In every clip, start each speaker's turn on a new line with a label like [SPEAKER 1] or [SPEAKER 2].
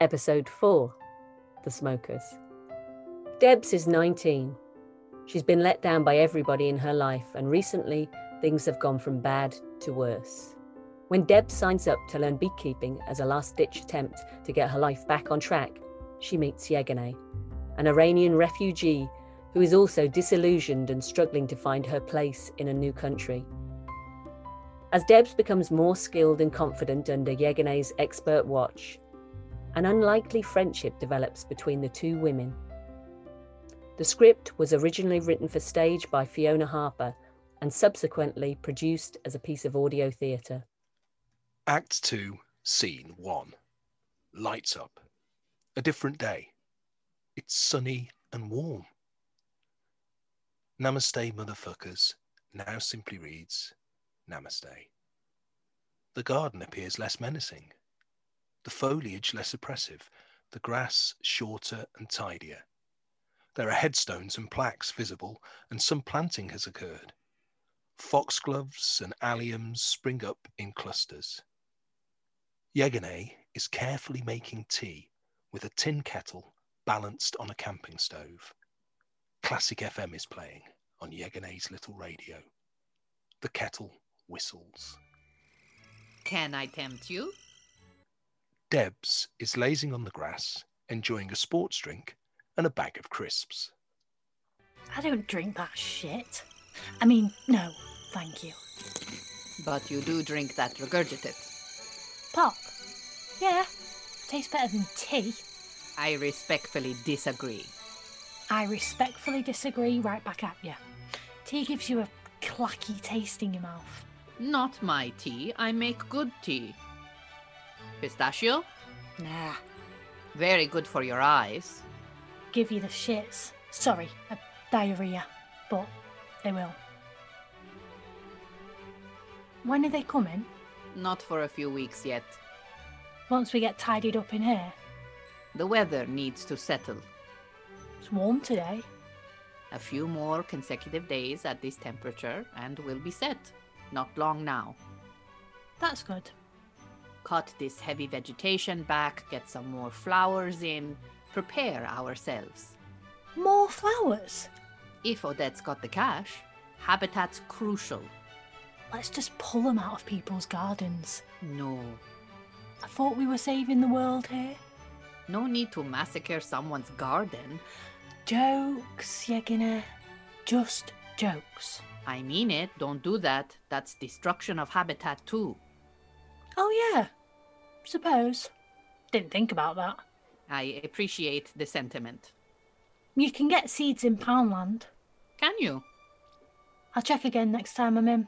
[SPEAKER 1] Episode 4 The Smokers. Debs is 19. She's been let down by everybody in her life, and recently things have gone from bad to worse. When Debs signs up to learn beekeeping as a last ditch attempt to get her life back on track, she meets Yegane, an Iranian refugee who is also disillusioned and struggling to find her place in a new country. As Debs becomes more skilled and confident under Yegane's expert watch, an unlikely friendship develops between the two women. The script was originally written for stage by Fiona Harper and subsequently produced as a piece of audio theatre.
[SPEAKER 2] Act 2, Scene 1. Lights up. A different day. It's sunny and warm. Namaste, motherfuckers, now simply reads Namaste. The garden appears less menacing, the foliage less oppressive, the grass shorter and tidier. There are headstones and plaques visible, and some planting has occurred. Foxgloves and alliums spring up in clusters. Yegane is carefully making tea with a tin kettle balanced on a camping stove. Classic FM is playing on Yegane's little radio. The kettle whistles.
[SPEAKER 3] Can I tempt you?
[SPEAKER 2] Debs is lazing on the grass, enjoying a sports drink and a bag of crisps.
[SPEAKER 4] I don't drink that shit. I mean, no, thank you.
[SPEAKER 3] But you do drink that regurgitate.
[SPEAKER 4] Pop. Yeah, tastes better than tea.
[SPEAKER 3] I respectfully disagree.
[SPEAKER 4] I respectfully disagree right back at you. Tea gives you a clacky taste in your mouth.
[SPEAKER 3] Not my tea. I make good tea. Pistachio?
[SPEAKER 4] Nah,
[SPEAKER 3] Very good for your eyes.
[SPEAKER 4] give you the shits. Sorry, a diarrhea, but they will. When are they coming?
[SPEAKER 3] Not for a few weeks yet.
[SPEAKER 4] Once we get tidied up in here.
[SPEAKER 3] The weather needs to settle.
[SPEAKER 4] It's warm today.
[SPEAKER 3] A few more consecutive days at this temperature and we'll be set. Not long now.
[SPEAKER 4] That's good.
[SPEAKER 3] Cut this heavy vegetation back, get some more flowers in, prepare ourselves.
[SPEAKER 4] More flowers.
[SPEAKER 3] If Odette's got the cash, habitat's crucial.
[SPEAKER 4] Let's just pull them out of people's gardens.
[SPEAKER 3] No.
[SPEAKER 4] I thought we were saving the world here.
[SPEAKER 3] No need to massacre someone's garden.
[SPEAKER 4] Jokes, you're gonna. Just jokes.
[SPEAKER 3] I mean it, don't do that. That's destruction of habitat too.
[SPEAKER 4] Oh, yeah. Suppose. Didn't think about that.
[SPEAKER 3] I appreciate the sentiment.
[SPEAKER 4] You can get seeds in Poundland.
[SPEAKER 3] Can you?
[SPEAKER 4] I'll check again next time I'm in.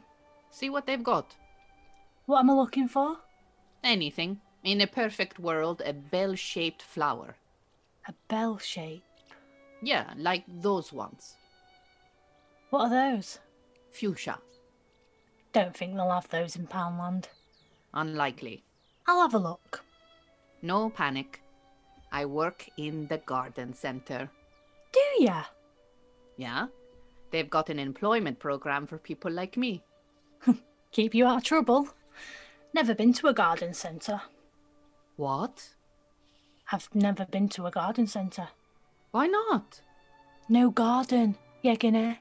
[SPEAKER 3] See what they've got.
[SPEAKER 4] What am I looking for?
[SPEAKER 3] Anything. In a perfect world, a bell shaped flower.
[SPEAKER 4] A bell shape.
[SPEAKER 3] Yeah, like those ones.
[SPEAKER 4] What are those?
[SPEAKER 3] Fuchsia.
[SPEAKER 4] Don't think they'll have those in Poundland.
[SPEAKER 3] Unlikely.
[SPEAKER 4] I'll have a look.
[SPEAKER 3] No panic. I work in the garden center.
[SPEAKER 4] Do ya?
[SPEAKER 3] Yeah? They've got an employment program for people like me.
[SPEAKER 4] Keep you out of trouble. Never been to a garden centre.
[SPEAKER 3] What?
[SPEAKER 4] I've never been to a garden centre.
[SPEAKER 3] Why not?
[SPEAKER 4] No garden, Yegane.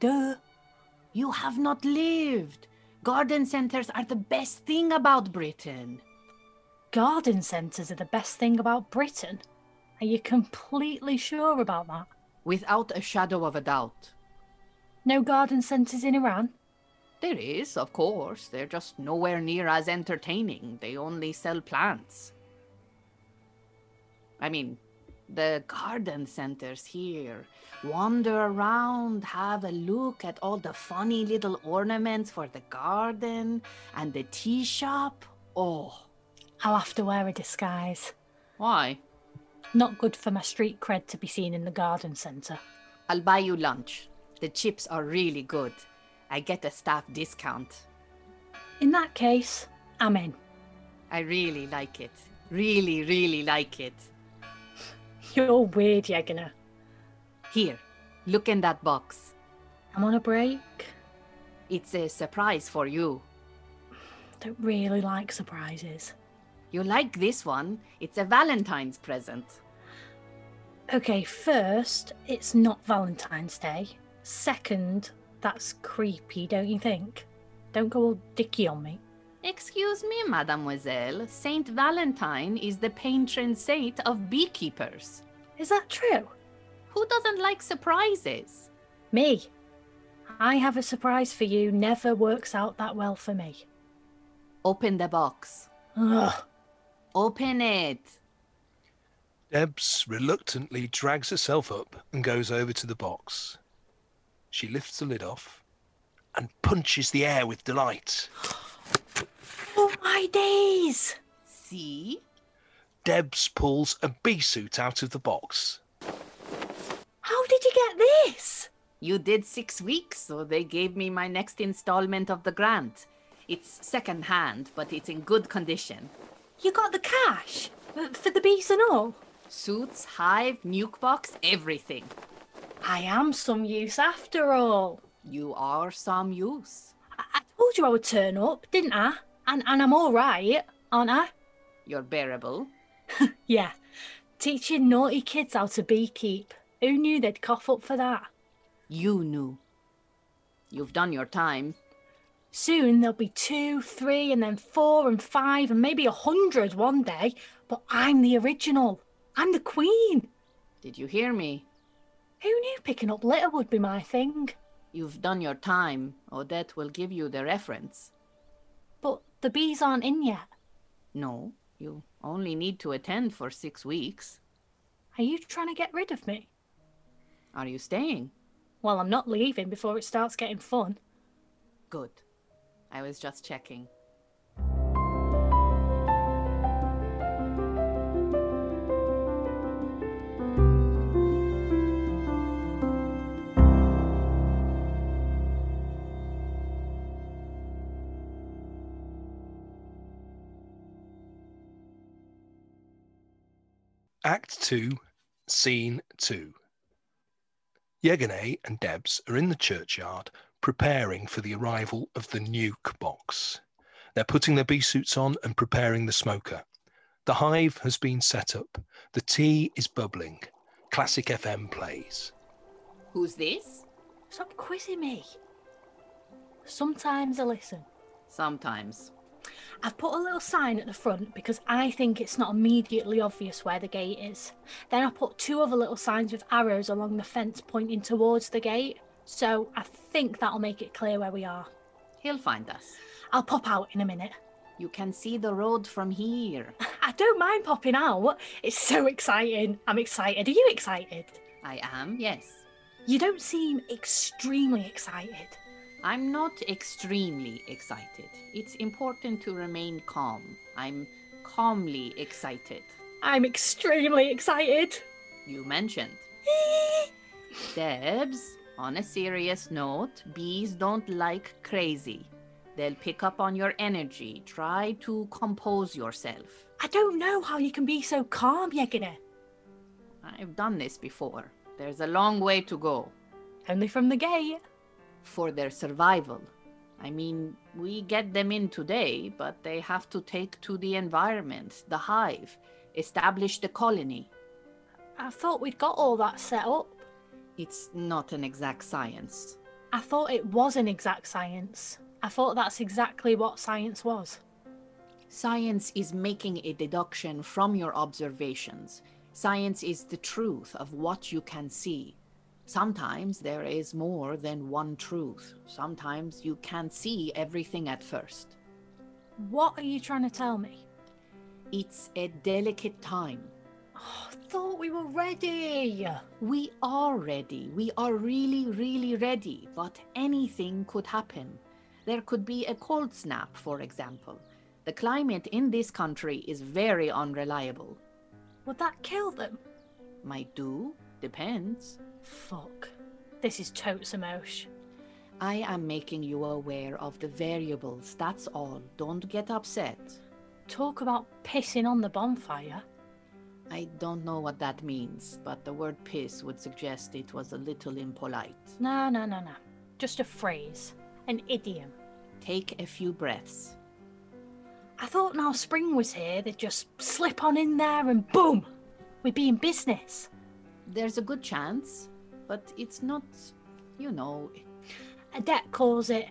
[SPEAKER 4] Duh.
[SPEAKER 3] You have not lived. Garden centers are the best thing about Britain.
[SPEAKER 4] Garden centres are the best thing about Britain. Are you completely sure about that?
[SPEAKER 3] Without a shadow of a doubt.
[SPEAKER 4] No garden centres in Iran?
[SPEAKER 3] There is, of course. They're just nowhere near as entertaining. They only sell plants. I mean, the garden centers here. Wander around, have a look at all the funny little ornaments for the garden and the tea shop. Oh,
[SPEAKER 4] I'll have to wear a disguise.
[SPEAKER 3] why?
[SPEAKER 4] Not good for my street cred to be seen in the garden centre.
[SPEAKER 3] I'll buy you lunch. The chips are really good. I get a staff discount.
[SPEAKER 4] In that case, I'm in.
[SPEAKER 3] I really like it. Really, really like it.
[SPEAKER 4] You're weird, Yegana.
[SPEAKER 3] Here, look in that box.
[SPEAKER 4] I'm on a break.
[SPEAKER 3] It's a surprise for you.
[SPEAKER 4] Don't really like surprises.
[SPEAKER 3] You like this one? It's a Valentine's present.
[SPEAKER 4] Okay, first, it's not Valentine's Day. Second, that's creepy, don't you think? Don't go all dicky on me.
[SPEAKER 3] Excuse me, mademoiselle. Saint Valentine is the patron saint of beekeepers.
[SPEAKER 4] Is that true?
[SPEAKER 3] Who doesn't like surprises?
[SPEAKER 4] Me. I have a surprise for you, never works out that well for me.
[SPEAKER 3] Open the box.
[SPEAKER 4] Ugh.
[SPEAKER 3] Open it.
[SPEAKER 2] Debs reluctantly drags herself up and goes over to the box. She lifts the lid off and punches the air with delight.
[SPEAKER 4] Oh my days!
[SPEAKER 3] See?
[SPEAKER 2] Debs pulls a bee suit out of the box.
[SPEAKER 4] How did you get this?
[SPEAKER 3] You did six weeks, so they gave me my next installment of the grant. It's second hand, but it's in good condition.
[SPEAKER 4] You got the cash uh, for the bees and all.
[SPEAKER 3] Suits, hive, nuke box, everything.
[SPEAKER 4] I am some use after all.
[SPEAKER 3] You are some use.
[SPEAKER 4] I, I told you I would turn up, didn't I? And and I'm all right, aren't I?
[SPEAKER 3] You're bearable.
[SPEAKER 4] Yeah. Teaching naughty kids how to beekeep. Who knew they'd cough up for that?
[SPEAKER 3] You knew. You've done your time.
[SPEAKER 4] Soon there'll be two, three, and then four and five, and maybe a hundred one day. But I'm the original. I'm the queen.
[SPEAKER 3] Did you hear me?
[SPEAKER 4] Who knew picking up litter would be my thing?
[SPEAKER 3] You've done your time. Odette will give you the reference.
[SPEAKER 4] But the bees aren't in yet.
[SPEAKER 3] No, you only need to attend for six weeks.
[SPEAKER 4] Are you trying to get rid of me?
[SPEAKER 3] Are you staying?
[SPEAKER 4] Well, I'm not leaving before it starts getting fun.
[SPEAKER 3] Good. I was just checking.
[SPEAKER 2] Act 2, Scene 2. Yegane and Debs are in the churchyard preparing for the arrival of the nuke box. They're putting their bee suits on and preparing the smoker. The hive has been set up. The tea is bubbling. Classic FM plays.
[SPEAKER 3] Who's this?
[SPEAKER 4] Stop quizzing me. Sometimes I listen.
[SPEAKER 3] Sometimes.
[SPEAKER 4] I've put a little sign at the front because I think it's not immediately obvious where the gate is. Then I put two other little signs with arrows along the fence pointing towards the gate, so I think that'll make it clear where we are.
[SPEAKER 3] He'll find us.
[SPEAKER 4] I'll pop out in a minute.
[SPEAKER 3] You can see the road from here.
[SPEAKER 4] I don't mind popping out. It's so exciting. I'm excited. Are you excited?
[SPEAKER 3] I am, yes.
[SPEAKER 4] You don't seem extremely excited.
[SPEAKER 3] I'm not extremely excited. It's important to remain calm. I'm calmly excited.
[SPEAKER 4] I'm extremely excited.
[SPEAKER 3] You mentioned. Debs, on a serious note, bees don't like crazy. They'll pick up on your energy. Try to compose yourself.
[SPEAKER 4] I don't know how you can be so calm, Yegina.
[SPEAKER 3] I've done this before. There's a long way to go
[SPEAKER 4] Only from the gate.
[SPEAKER 3] for their survival. I mean, we get them in today, but they have to take to the environment, the hive, establish the colony.
[SPEAKER 4] I thought we'd got all that set up.
[SPEAKER 3] It's not an exact science.
[SPEAKER 4] I thought it was an exact science. I thought that's exactly what science was.
[SPEAKER 3] Science is making a deduction from your observations. Science is the truth of what you can see. Sometimes there is more than one truth. Sometimes you can't see everything at first.
[SPEAKER 4] What are you trying to tell me?
[SPEAKER 3] It's a delicate time.
[SPEAKER 4] Oh, I thought we were ready.
[SPEAKER 3] We are ready. We are really, really ready. But anything could happen. There could be a cold snap, for example. The climate in this country is very unreliable.
[SPEAKER 4] Would that kill them?
[SPEAKER 3] Might do, depends.
[SPEAKER 4] Fuck. This is totes emosh.
[SPEAKER 3] I am making you aware of the variables, that's all. Don't get upset.
[SPEAKER 4] Talk about pissing on the bonfire.
[SPEAKER 3] I don't know what that means, but the word piss would suggest it was a little impolite.
[SPEAKER 4] No, no, no, no. Just a phrase. An idiom.
[SPEAKER 3] Take a few breaths.
[SPEAKER 4] I thought now spring was here, they'd just slip on in there and boom, we'd be in business.
[SPEAKER 3] There's a good chance, but it's not, you know,
[SPEAKER 4] Adet calls it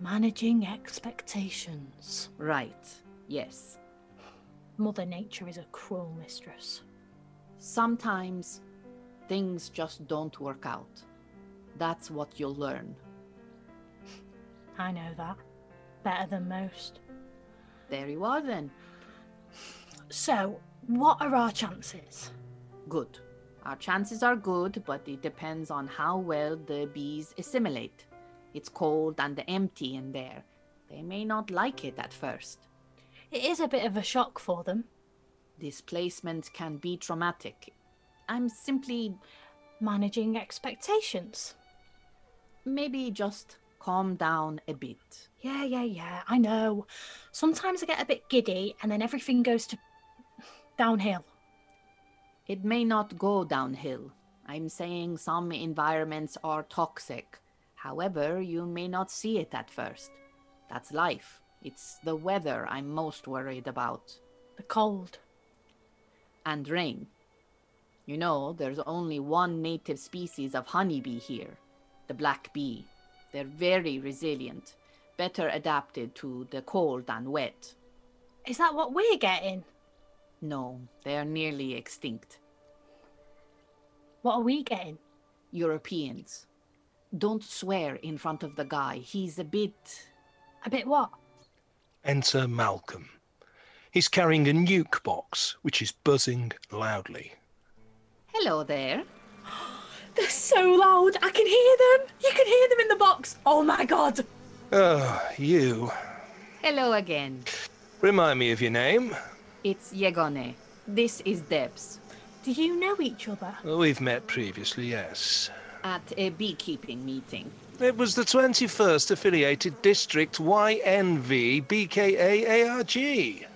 [SPEAKER 4] managing expectations.
[SPEAKER 3] right. Yes.
[SPEAKER 4] Mother Nature is a cruel mistress.
[SPEAKER 3] Sometimes things just don't work out. That's what you'll learn.
[SPEAKER 4] I know that. Better than most.
[SPEAKER 3] There you are then.
[SPEAKER 4] So, what are our chances?
[SPEAKER 3] Good. Our chances are good, but it depends on how well the bees assimilate. It's cold and empty in there. They may not like it at first.
[SPEAKER 4] It is a bit of a shock for them.
[SPEAKER 3] Displacement can be traumatic. I'm simply
[SPEAKER 4] Managing expectations.
[SPEAKER 3] maybe just calm down a bit.
[SPEAKER 4] Yeah, yeah, yeah, I know. Sometimes I get a bit giddy and then everything goes to downhill.
[SPEAKER 3] It may not go downhill. I'm saying some environments are toxic. However, you may not see it at first. That's life. It's the weather I'm most worried about.
[SPEAKER 4] The cold.
[SPEAKER 3] and rain. You know, there's only one native species of honeybee here, the black bee. They're very resilient, better adapted to the cold and wet.
[SPEAKER 4] Is that what we're getting?
[SPEAKER 3] No, they're nearly extinct.
[SPEAKER 4] What are we getting?
[SPEAKER 3] Europeans. Don't swear in front of the guy. He's a bit.
[SPEAKER 4] A bit what?
[SPEAKER 2] Enter Malcolm. He's carrying a nuke box, which is buzzing loudly.
[SPEAKER 3] Hello there.
[SPEAKER 4] They're so loud. I can hear them. You can hear them in the box. Oh my god.
[SPEAKER 2] Oh, you.
[SPEAKER 3] Hello again.
[SPEAKER 2] Remind me of your name.
[SPEAKER 3] It's Yegone. This is Debs
[SPEAKER 4] Do you know each other?
[SPEAKER 2] Well, we've met previously, yes.
[SPEAKER 3] at a beekeeping meeting.
[SPEAKER 2] It was the 21st affiliated district YNV BKAARG.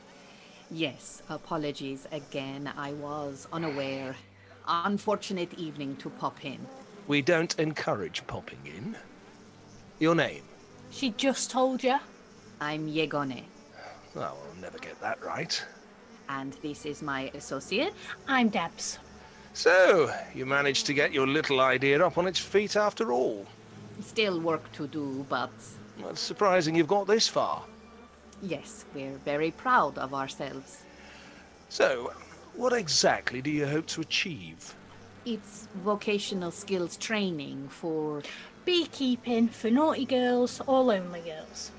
[SPEAKER 3] Yes, apologies again. I was unaware. Unfortunate evening to pop in.
[SPEAKER 2] We don't encourage popping in. Your name?
[SPEAKER 4] She just told you.
[SPEAKER 3] I'm Yegone,
[SPEAKER 2] Oh, I'll never get that right.
[SPEAKER 3] and this is my associate.
[SPEAKER 4] I'm Debs.
[SPEAKER 2] So, you managed to get your little idea up on its feet after all.
[SPEAKER 3] Still work to do, but
[SPEAKER 2] Well, It's surprising you've got this far.
[SPEAKER 3] yes, we're very proud of ourselves.
[SPEAKER 2] So, what exactly do you hope to achieve?
[SPEAKER 3] It's vocational skills training for
[SPEAKER 4] Beekeeping for naughty girls or lonely girls.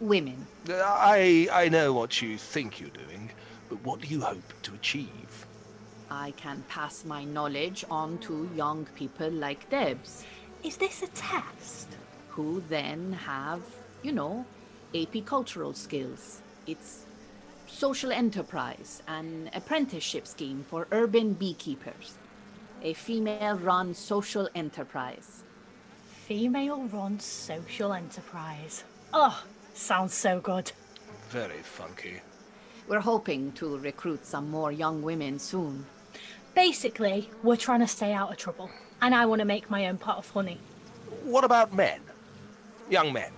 [SPEAKER 3] women.
[SPEAKER 2] I, I know what you think you're doing, but what do you hope to achieve?
[SPEAKER 3] I can pass my knowledge on to young people like Debs,
[SPEAKER 4] Is this a test?
[SPEAKER 3] who then have, you know, apicultural skills. It's social enterprise, an apprenticeship scheme for urban beekeepers, a female run social enterprise.
[SPEAKER 4] Female run social enterprise. Oh, sounds so good.
[SPEAKER 2] Very funky.
[SPEAKER 3] We're hoping to recruit some more young women soon.
[SPEAKER 4] Basically, we're trying to stay out of trouble, and I want to make my own pot of honey.
[SPEAKER 2] What about men? Young men.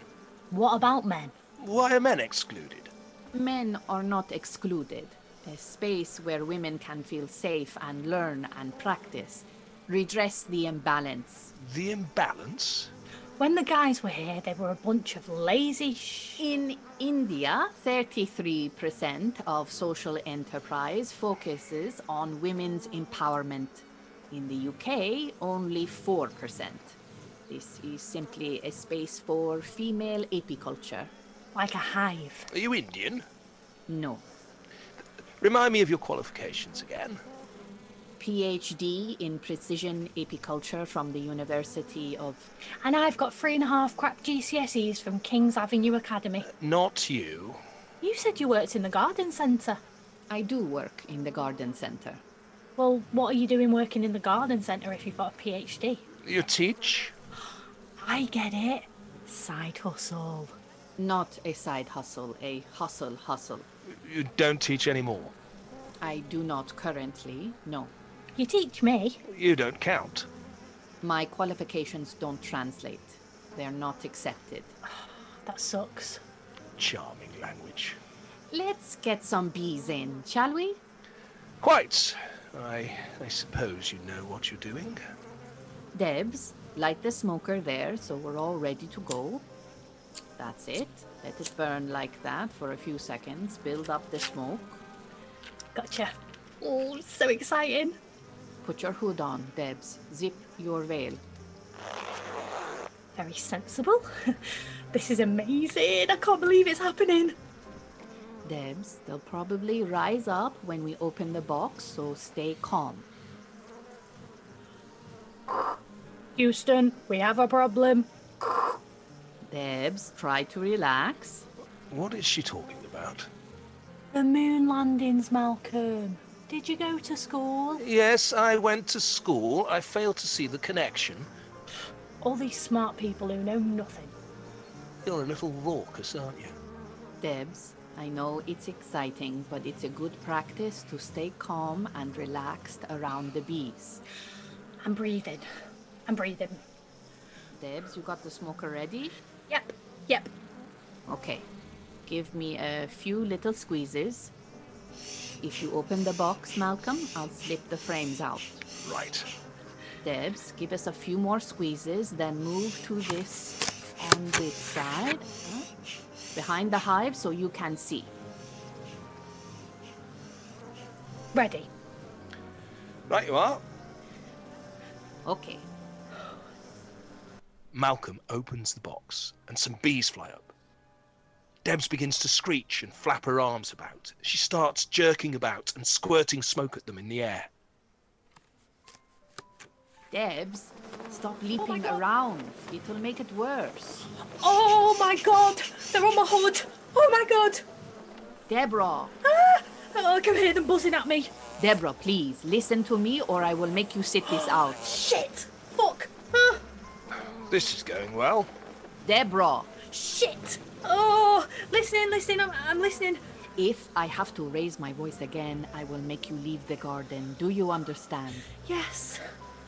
[SPEAKER 4] What about men?
[SPEAKER 2] Why are men excluded?
[SPEAKER 3] Men are not excluded, a space where women can feel safe and learn and practice, redress the imbalance.
[SPEAKER 2] The imbalance?
[SPEAKER 4] When the guys were here, they were a bunch of lazy sh.
[SPEAKER 3] In India, 33% of social enterprise focuses on women's empowerment. In the UK, only 4%. This is simply a space for female apiculture.
[SPEAKER 4] like a hive.
[SPEAKER 2] Are you Indian?
[SPEAKER 3] No.
[SPEAKER 2] Remind me of your qualifications again.
[SPEAKER 3] PhD in precision apiculture from the University of.
[SPEAKER 4] And I've got three and a half crap GCSEs from King's Avenue Academy.
[SPEAKER 2] Not you.
[SPEAKER 4] You said you worked in the garden centre.
[SPEAKER 3] I do work in the garden center.
[SPEAKER 4] Well, what are you doing working in the garden centre if you've got a PhD?
[SPEAKER 2] You teach?
[SPEAKER 4] I get it. Side hustle.
[SPEAKER 3] Not a side hustle, a hustle hustle.
[SPEAKER 2] You don't teach anymore.
[SPEAKER 3] I do not currently, no.
[SPEAKER 4] You teach me.
[SPEAKER 2] You don't count.
[SPEAKER 3] My qualifications don't translate. They're not accepted.
[SPEAKER 4] That sucks.
[SPEAKER 2] Charming language.
[SPEAKER 3] Let's get some bees in, shall we?
[SPEAKER 2] Quite. I, I suppose you know what you're doing.
[SPEAKER 3] Debs, light the smoker there so we're all ready to go. That's it. Let it burn like that for a few seconds. Build up the smoke.
[SPEAKER 4] Gotcha. Oh, so exciting.
[SPEAKER 3] Put your hood on, Debs. Zip your veil.
[SPEAKER 4] Very sensible. this is amazing. I can't believe it's happening.
[SPEAKER 3] Debs, they'll probably rise up when we open the box, so stay calm.
[SPEAKER 4] Houston, we have a problem.
[SPEAKER 3] Debs, try to relax.
[SPEAKER 2] What is she talking about?
[SPEAKER 4] The moon landings, Malcolm. Did you go to school?
[SPEAKER 2] Yes, I went to school. I failed to see the connection.
[SPEAKER 4] All these smart people who know nothing.
[SPEAKER 2] You're a little raucous, aren't you?
[SPEAKER 3] Debs, I know it's exciting, but it's a good practice to stay calm and relaxed around the bees.
[SPEAKER 4] I'm breathing. I'm breathing.
[SPEAKER 3] Debs, you got the smoker ready?
[SPEAKER 4] Yep, yep.
[SPEAKER 3] Okay. Give me a few little squeezes. If you open the box, Malcolm, I'll slip the frames out.
[SPEAKER 2] Right.
[SPEAKER 3] Debs, give us a few more squeezes, then move to this on this side. huh? Behind the hive so you can see.
[SPEAKER 4] Ready.
[SPEAKER 2] Right, you are.
[SPEAKER 3] Okay.
[SPEAKER 2] Malcolm opens the box and some bees fly up. Debs begins to screech and flap her arms about. She starts jerking about and squirting smoke at them in the air.
[SPEAKER 3] Debs, stop leaping around. It'll make it worse.
[SPEAKER 4] Oh my god! They're on my hood! Oh my god!
[SPEAKER 3] Deborah,
[SPEAKER 4] Ah! Oh, I can hear them buzzing at me.
[SPEAKER 3] Deborah, please listen to me or I will make you sit this out.
[SPEAKER 4] Shit! Fuck! Ah!
[SPEAKER 2] This is going well.
[SPEAKER 3] Deborah,
[SPEAKER 4] Shit! Oh! Listening, listening, I'm, I'm listening.
[SPEAKER 3] if I have to raise my voice again, I will make you leave the garden. Do you understand?
[SPEAKER 4] Yes.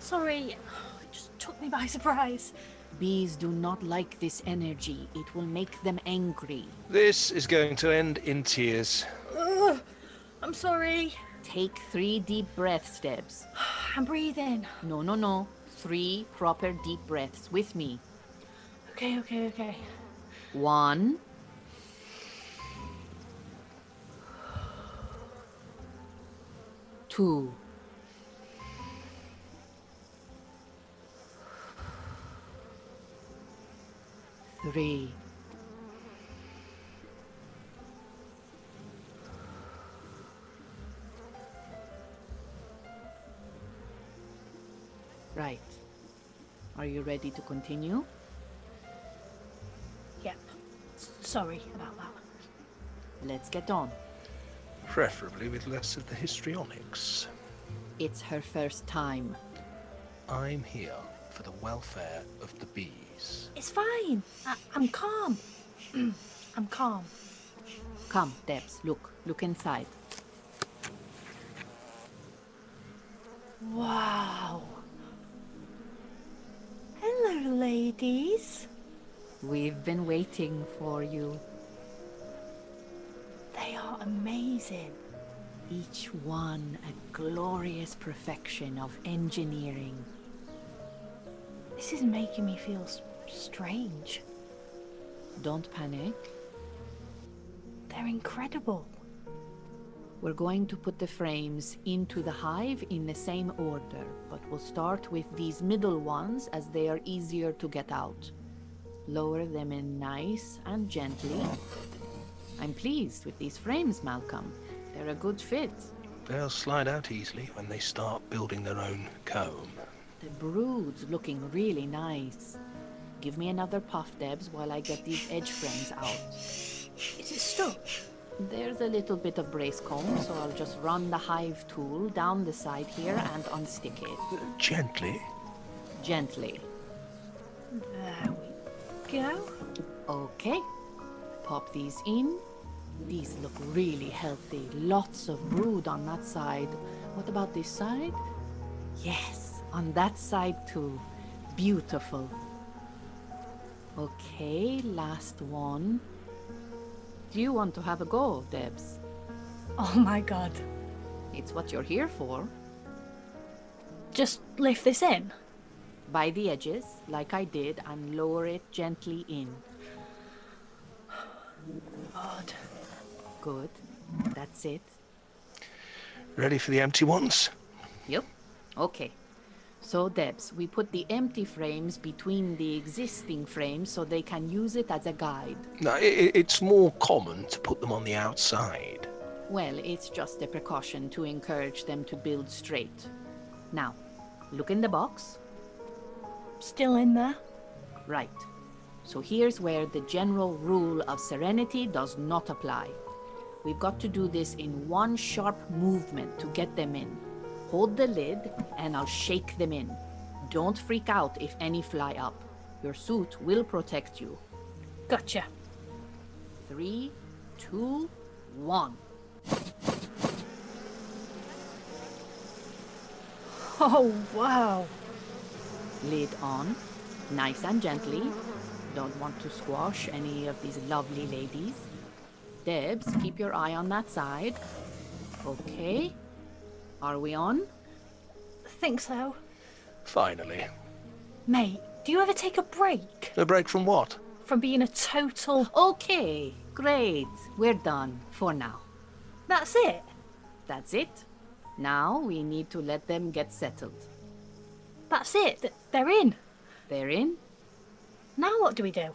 [SPEAKER 4] Sorry. Oh, it just took me by surprise.
[SPEAKER 3] Bees do not like this energy, it will make them angry.
[SPEAKER 2] This is going to end in tears.
[SPEAKER 4] Ugh. I'm sorry.
[SPEAKER 3] Take three deep breath steps.
[SPEAKER 4] I'm breathing.
[SPEAKER 3] No, no, no. Three proper deep breaths with me.
[SPEAKER 4] Okay, okay, okay.
[SPEAKER 3] One. Two. Three. Right. Are you ready to continue?
[SPEAKER 4] Yep. S- sorry about that.
[SPEAKER 3] Let's get on.
[SPEAKER 2] Preferably with less of the histrionics.
[SPEAKER 3] It's her first time.
[SPEAKER 2] I'm here for the welfare of the bees.
[SPEAKER 4] It's fine. I, I'm calm. I'm calm.
[SPEAKER 3] Come, Debs, look, look inside.
[SPEAKER 4] Wow. Hello, ladies.
[SPEAKER 3] We've been waiting for you.
[SPEAKER 4] They are amazing.
[SPEAKER 3] Each one a glorious perfection of engineering.
[SPEAKER 4] This is making me feel s- strange.
[SPEAKER 3] Don't panic.
[SPEAKER 4] They're incredible.
[SPEAKER 3] We're going to put the frames into the hive in the same order, but we'll start with these middle ones as they are easier to get out. Lower them in nice and gently. I'm pleased with these frames, Malcolm. They're a good fit.
[SPEAKER 2] They'll slide out easily when they start building their own comb.
[SPEAKER 3] The brood's looking really nice. Give me another puff, Debs, while I get these edge frames out.
[SPEAKER 4] Is it stuck?
[SPEAKER 3] There's a little bit of brace comb, so I'll just run the hive tool down the side here and unstick it.
[SPEAKER 2] Gently.
[SPEAKER 3] Gently.
[SPEAKER 4] There we go.
[SPEAKER 3] Okay. Pop these in. These look really healthy. Lots of brood on that side. What about this side? Yes, on that side too. Beautiful. Okay, last one. Do you want to have a go, Debs?
[SPEAKER 4] Oh my god.
[SPEAKER 3] It's what you're here for.
[SPEAKER 4] Just lift this in.
[SPEAKER 3] By the edges, like I did, and lower it gently in.
[SPEAKER 4] God.
[SPEAKER 3] Good. That's it.
[SPEAKER 2] Ready for the empty ones?
[SPEAKER 3] Yep. Okay. So, Debs, we put the empty frames between the existing frames so they can use it as a guide.
[SPEAKER 2] No, i i- it's more common to put them on the outside.
[SPEAKER 3] Well, it's just a precaution to encourage them to build straight. Now, look in the box.
[SPEAKER 4] Still in there.
[SPEAKER 3] Right. So here's where the general rule of serenity does not apply. We've got to do this in one sharp movement to get them in. Hold the lid and I'll shake them in. Don't freak out if any fly up. Your suit will protect you.
[SPEAKER 4] Gotcha.
[SPEAKER 3] Three, two, one.
[SPEAKER 4] Oh wow.
[SPEAKER 3] Lid on, nice and gently. Don't want to squash any of these lovely ladies. Debs, keep your eye on that side. Okay. Are we on?
[SPEAKER 4] Think so.
[SPEAKER 2] Finally.
[SPEAKER 4] Mate, do you ever take a break
[SPEAKER 2] A break from what?
[SPEAKER 4] from being a total
[SPEAKER 3] Okay, great. We're done for now.
[SPEAKER 4] That's it?
[SPEAKER 3] That's it. Now we need to let them get settled.
[SPEAKER 4] That's it. Th- They're in.
[SPEAKER 3] They're in.
[SPEAKER 4] Now what do we do?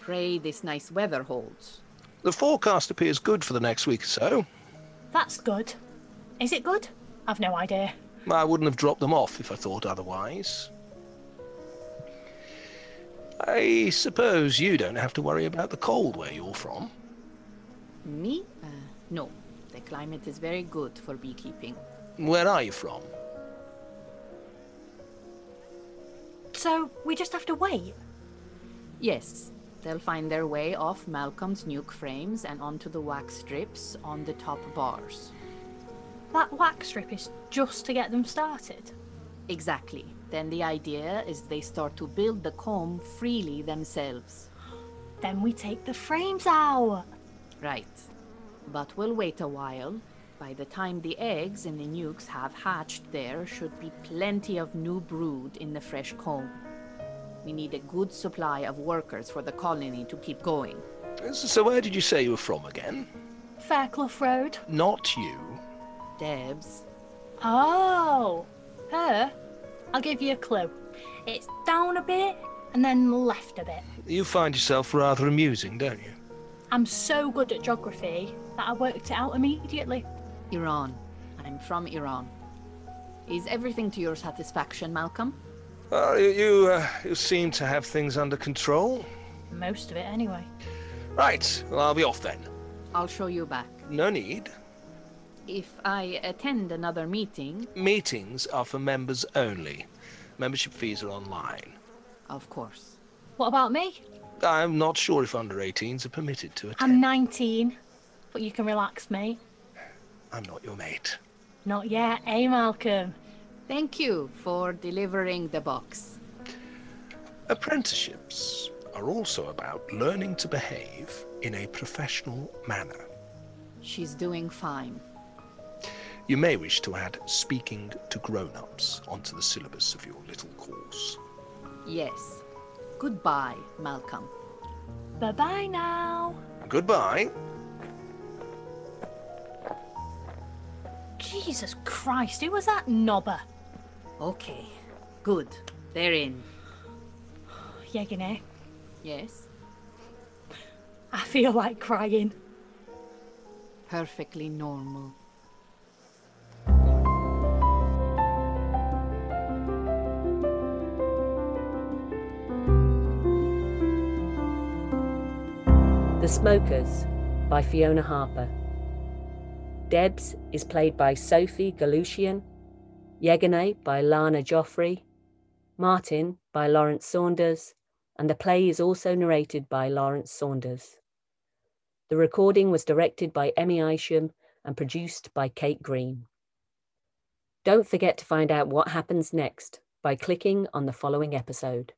[SPEAKER 3] Pray this nice weather holds.
[SPEAKER 2] The forecast appears good for the next week or so.
[SPEAKER 4] That's good. Is it good? I've no idea.
[SPEAKER 2] I wouldn't have dropped them off if I thought otherwise. I suppose you don't have to worry about the cold where you're from.
[SPEAKER 3] Me? Uh, no. The climate is very good for beekeeping.
[SPEAKER 2] Where are you from?
[SPEAKER 4] So we just have to wait.
[SPEAKER 3] Yes, they'll find their way off Malcolm's nuke frames and onto the wax strips on the top bars.
[SPEAKER 4] That wax strip is just to get them started.
[SPEAKER 3] Exactly. Then the idea is they start to build the comb freely themselves.
[SPEAKER 4] Then we take the frames out.
[SPEAKER 3] Right. But we'll wait a while. By the time the eggs in the nukes have hatched, there should be plenty of new brood in the fresh comb. We need a good supply of workers for the colony to keep going.
[SPEAKER 2] So, where did you say you were from again?
[SPEAKER 4] Fairclough Road.
[SPEAKER 2] Not you.
[SPEAKER 3] Debs,
[SPEAKER 4] Oh, her. I'll give you a clue. It's down a bit and then left a bit.
[SPEAKER 2] You find yourself rather amusing, don't you?
[SPEAKER 4] I'm so good at geography that I worked it out immediately.
[SPEAKER 3] Iran. I'm from Iran. Is everything to your satisfaction, Malcolm?
[SPEAKER 2] Well, you, you, uh, you seem to have things under control.
[SPEAKER 4] Most of it, anyway.
[SPEAKER 2] Right, well, I'll be off then.
[SPEAKER 3] I'll show you back.
[SPEAKER 2] No need.
[SPEAKER 3] If I attend another meeting,
[SPEAKER 2] Meetings are for members only. Membership fees are online.
[SPEAKER 3] of course.
[SPEAKER 4] What about me?
[SPEAKER 2] I'm not sure if under 18s are permitted to attend.
[SPEAKER 4] I'm 19, but you can relax me.
[SPEAKER 2] I'm not your mate.
[SPEAKER 4] Not yet, eh, Malcolm?
[SPEAKER 3] Thank you for delivering the box.
[SPEAKER 2] Apprenticeships are also about learning to behave in a professional manner.
[SPEAKER 3] She's doing fine.
[SPEAKER 2] You may wish to add speaking to grown ups onto the syllabus of your little course.
[SPEAKER 3] Yes. Goodbye, Malcolm.
[SPEAKER 4] Bye bye now.
[SPEAKER 2] Goodbye.
[SPEAKER 4] Jesus Christ, who was that knobber?
[SPEAKER 3] Okay. Good. They're in.
[SPEAKER 4] Yeah, you know,
[SPEAKER 3] Yes.
[SPEAKER 4] I feel like crying.
[SPEAKER 3] Perfectly normal.
[SPEAKER 1] The Smokers by Fiona Harper. Debs is played by Sophie Galushian, Yegane by Lana Joffrey, Martin by Lawrence Saunders, and the play is also narrated by Lawrence Saunders. The recording was directed by Emmy Isham and produced by Kate Green. Don't forget to find out what happens next by clicking on the following episode.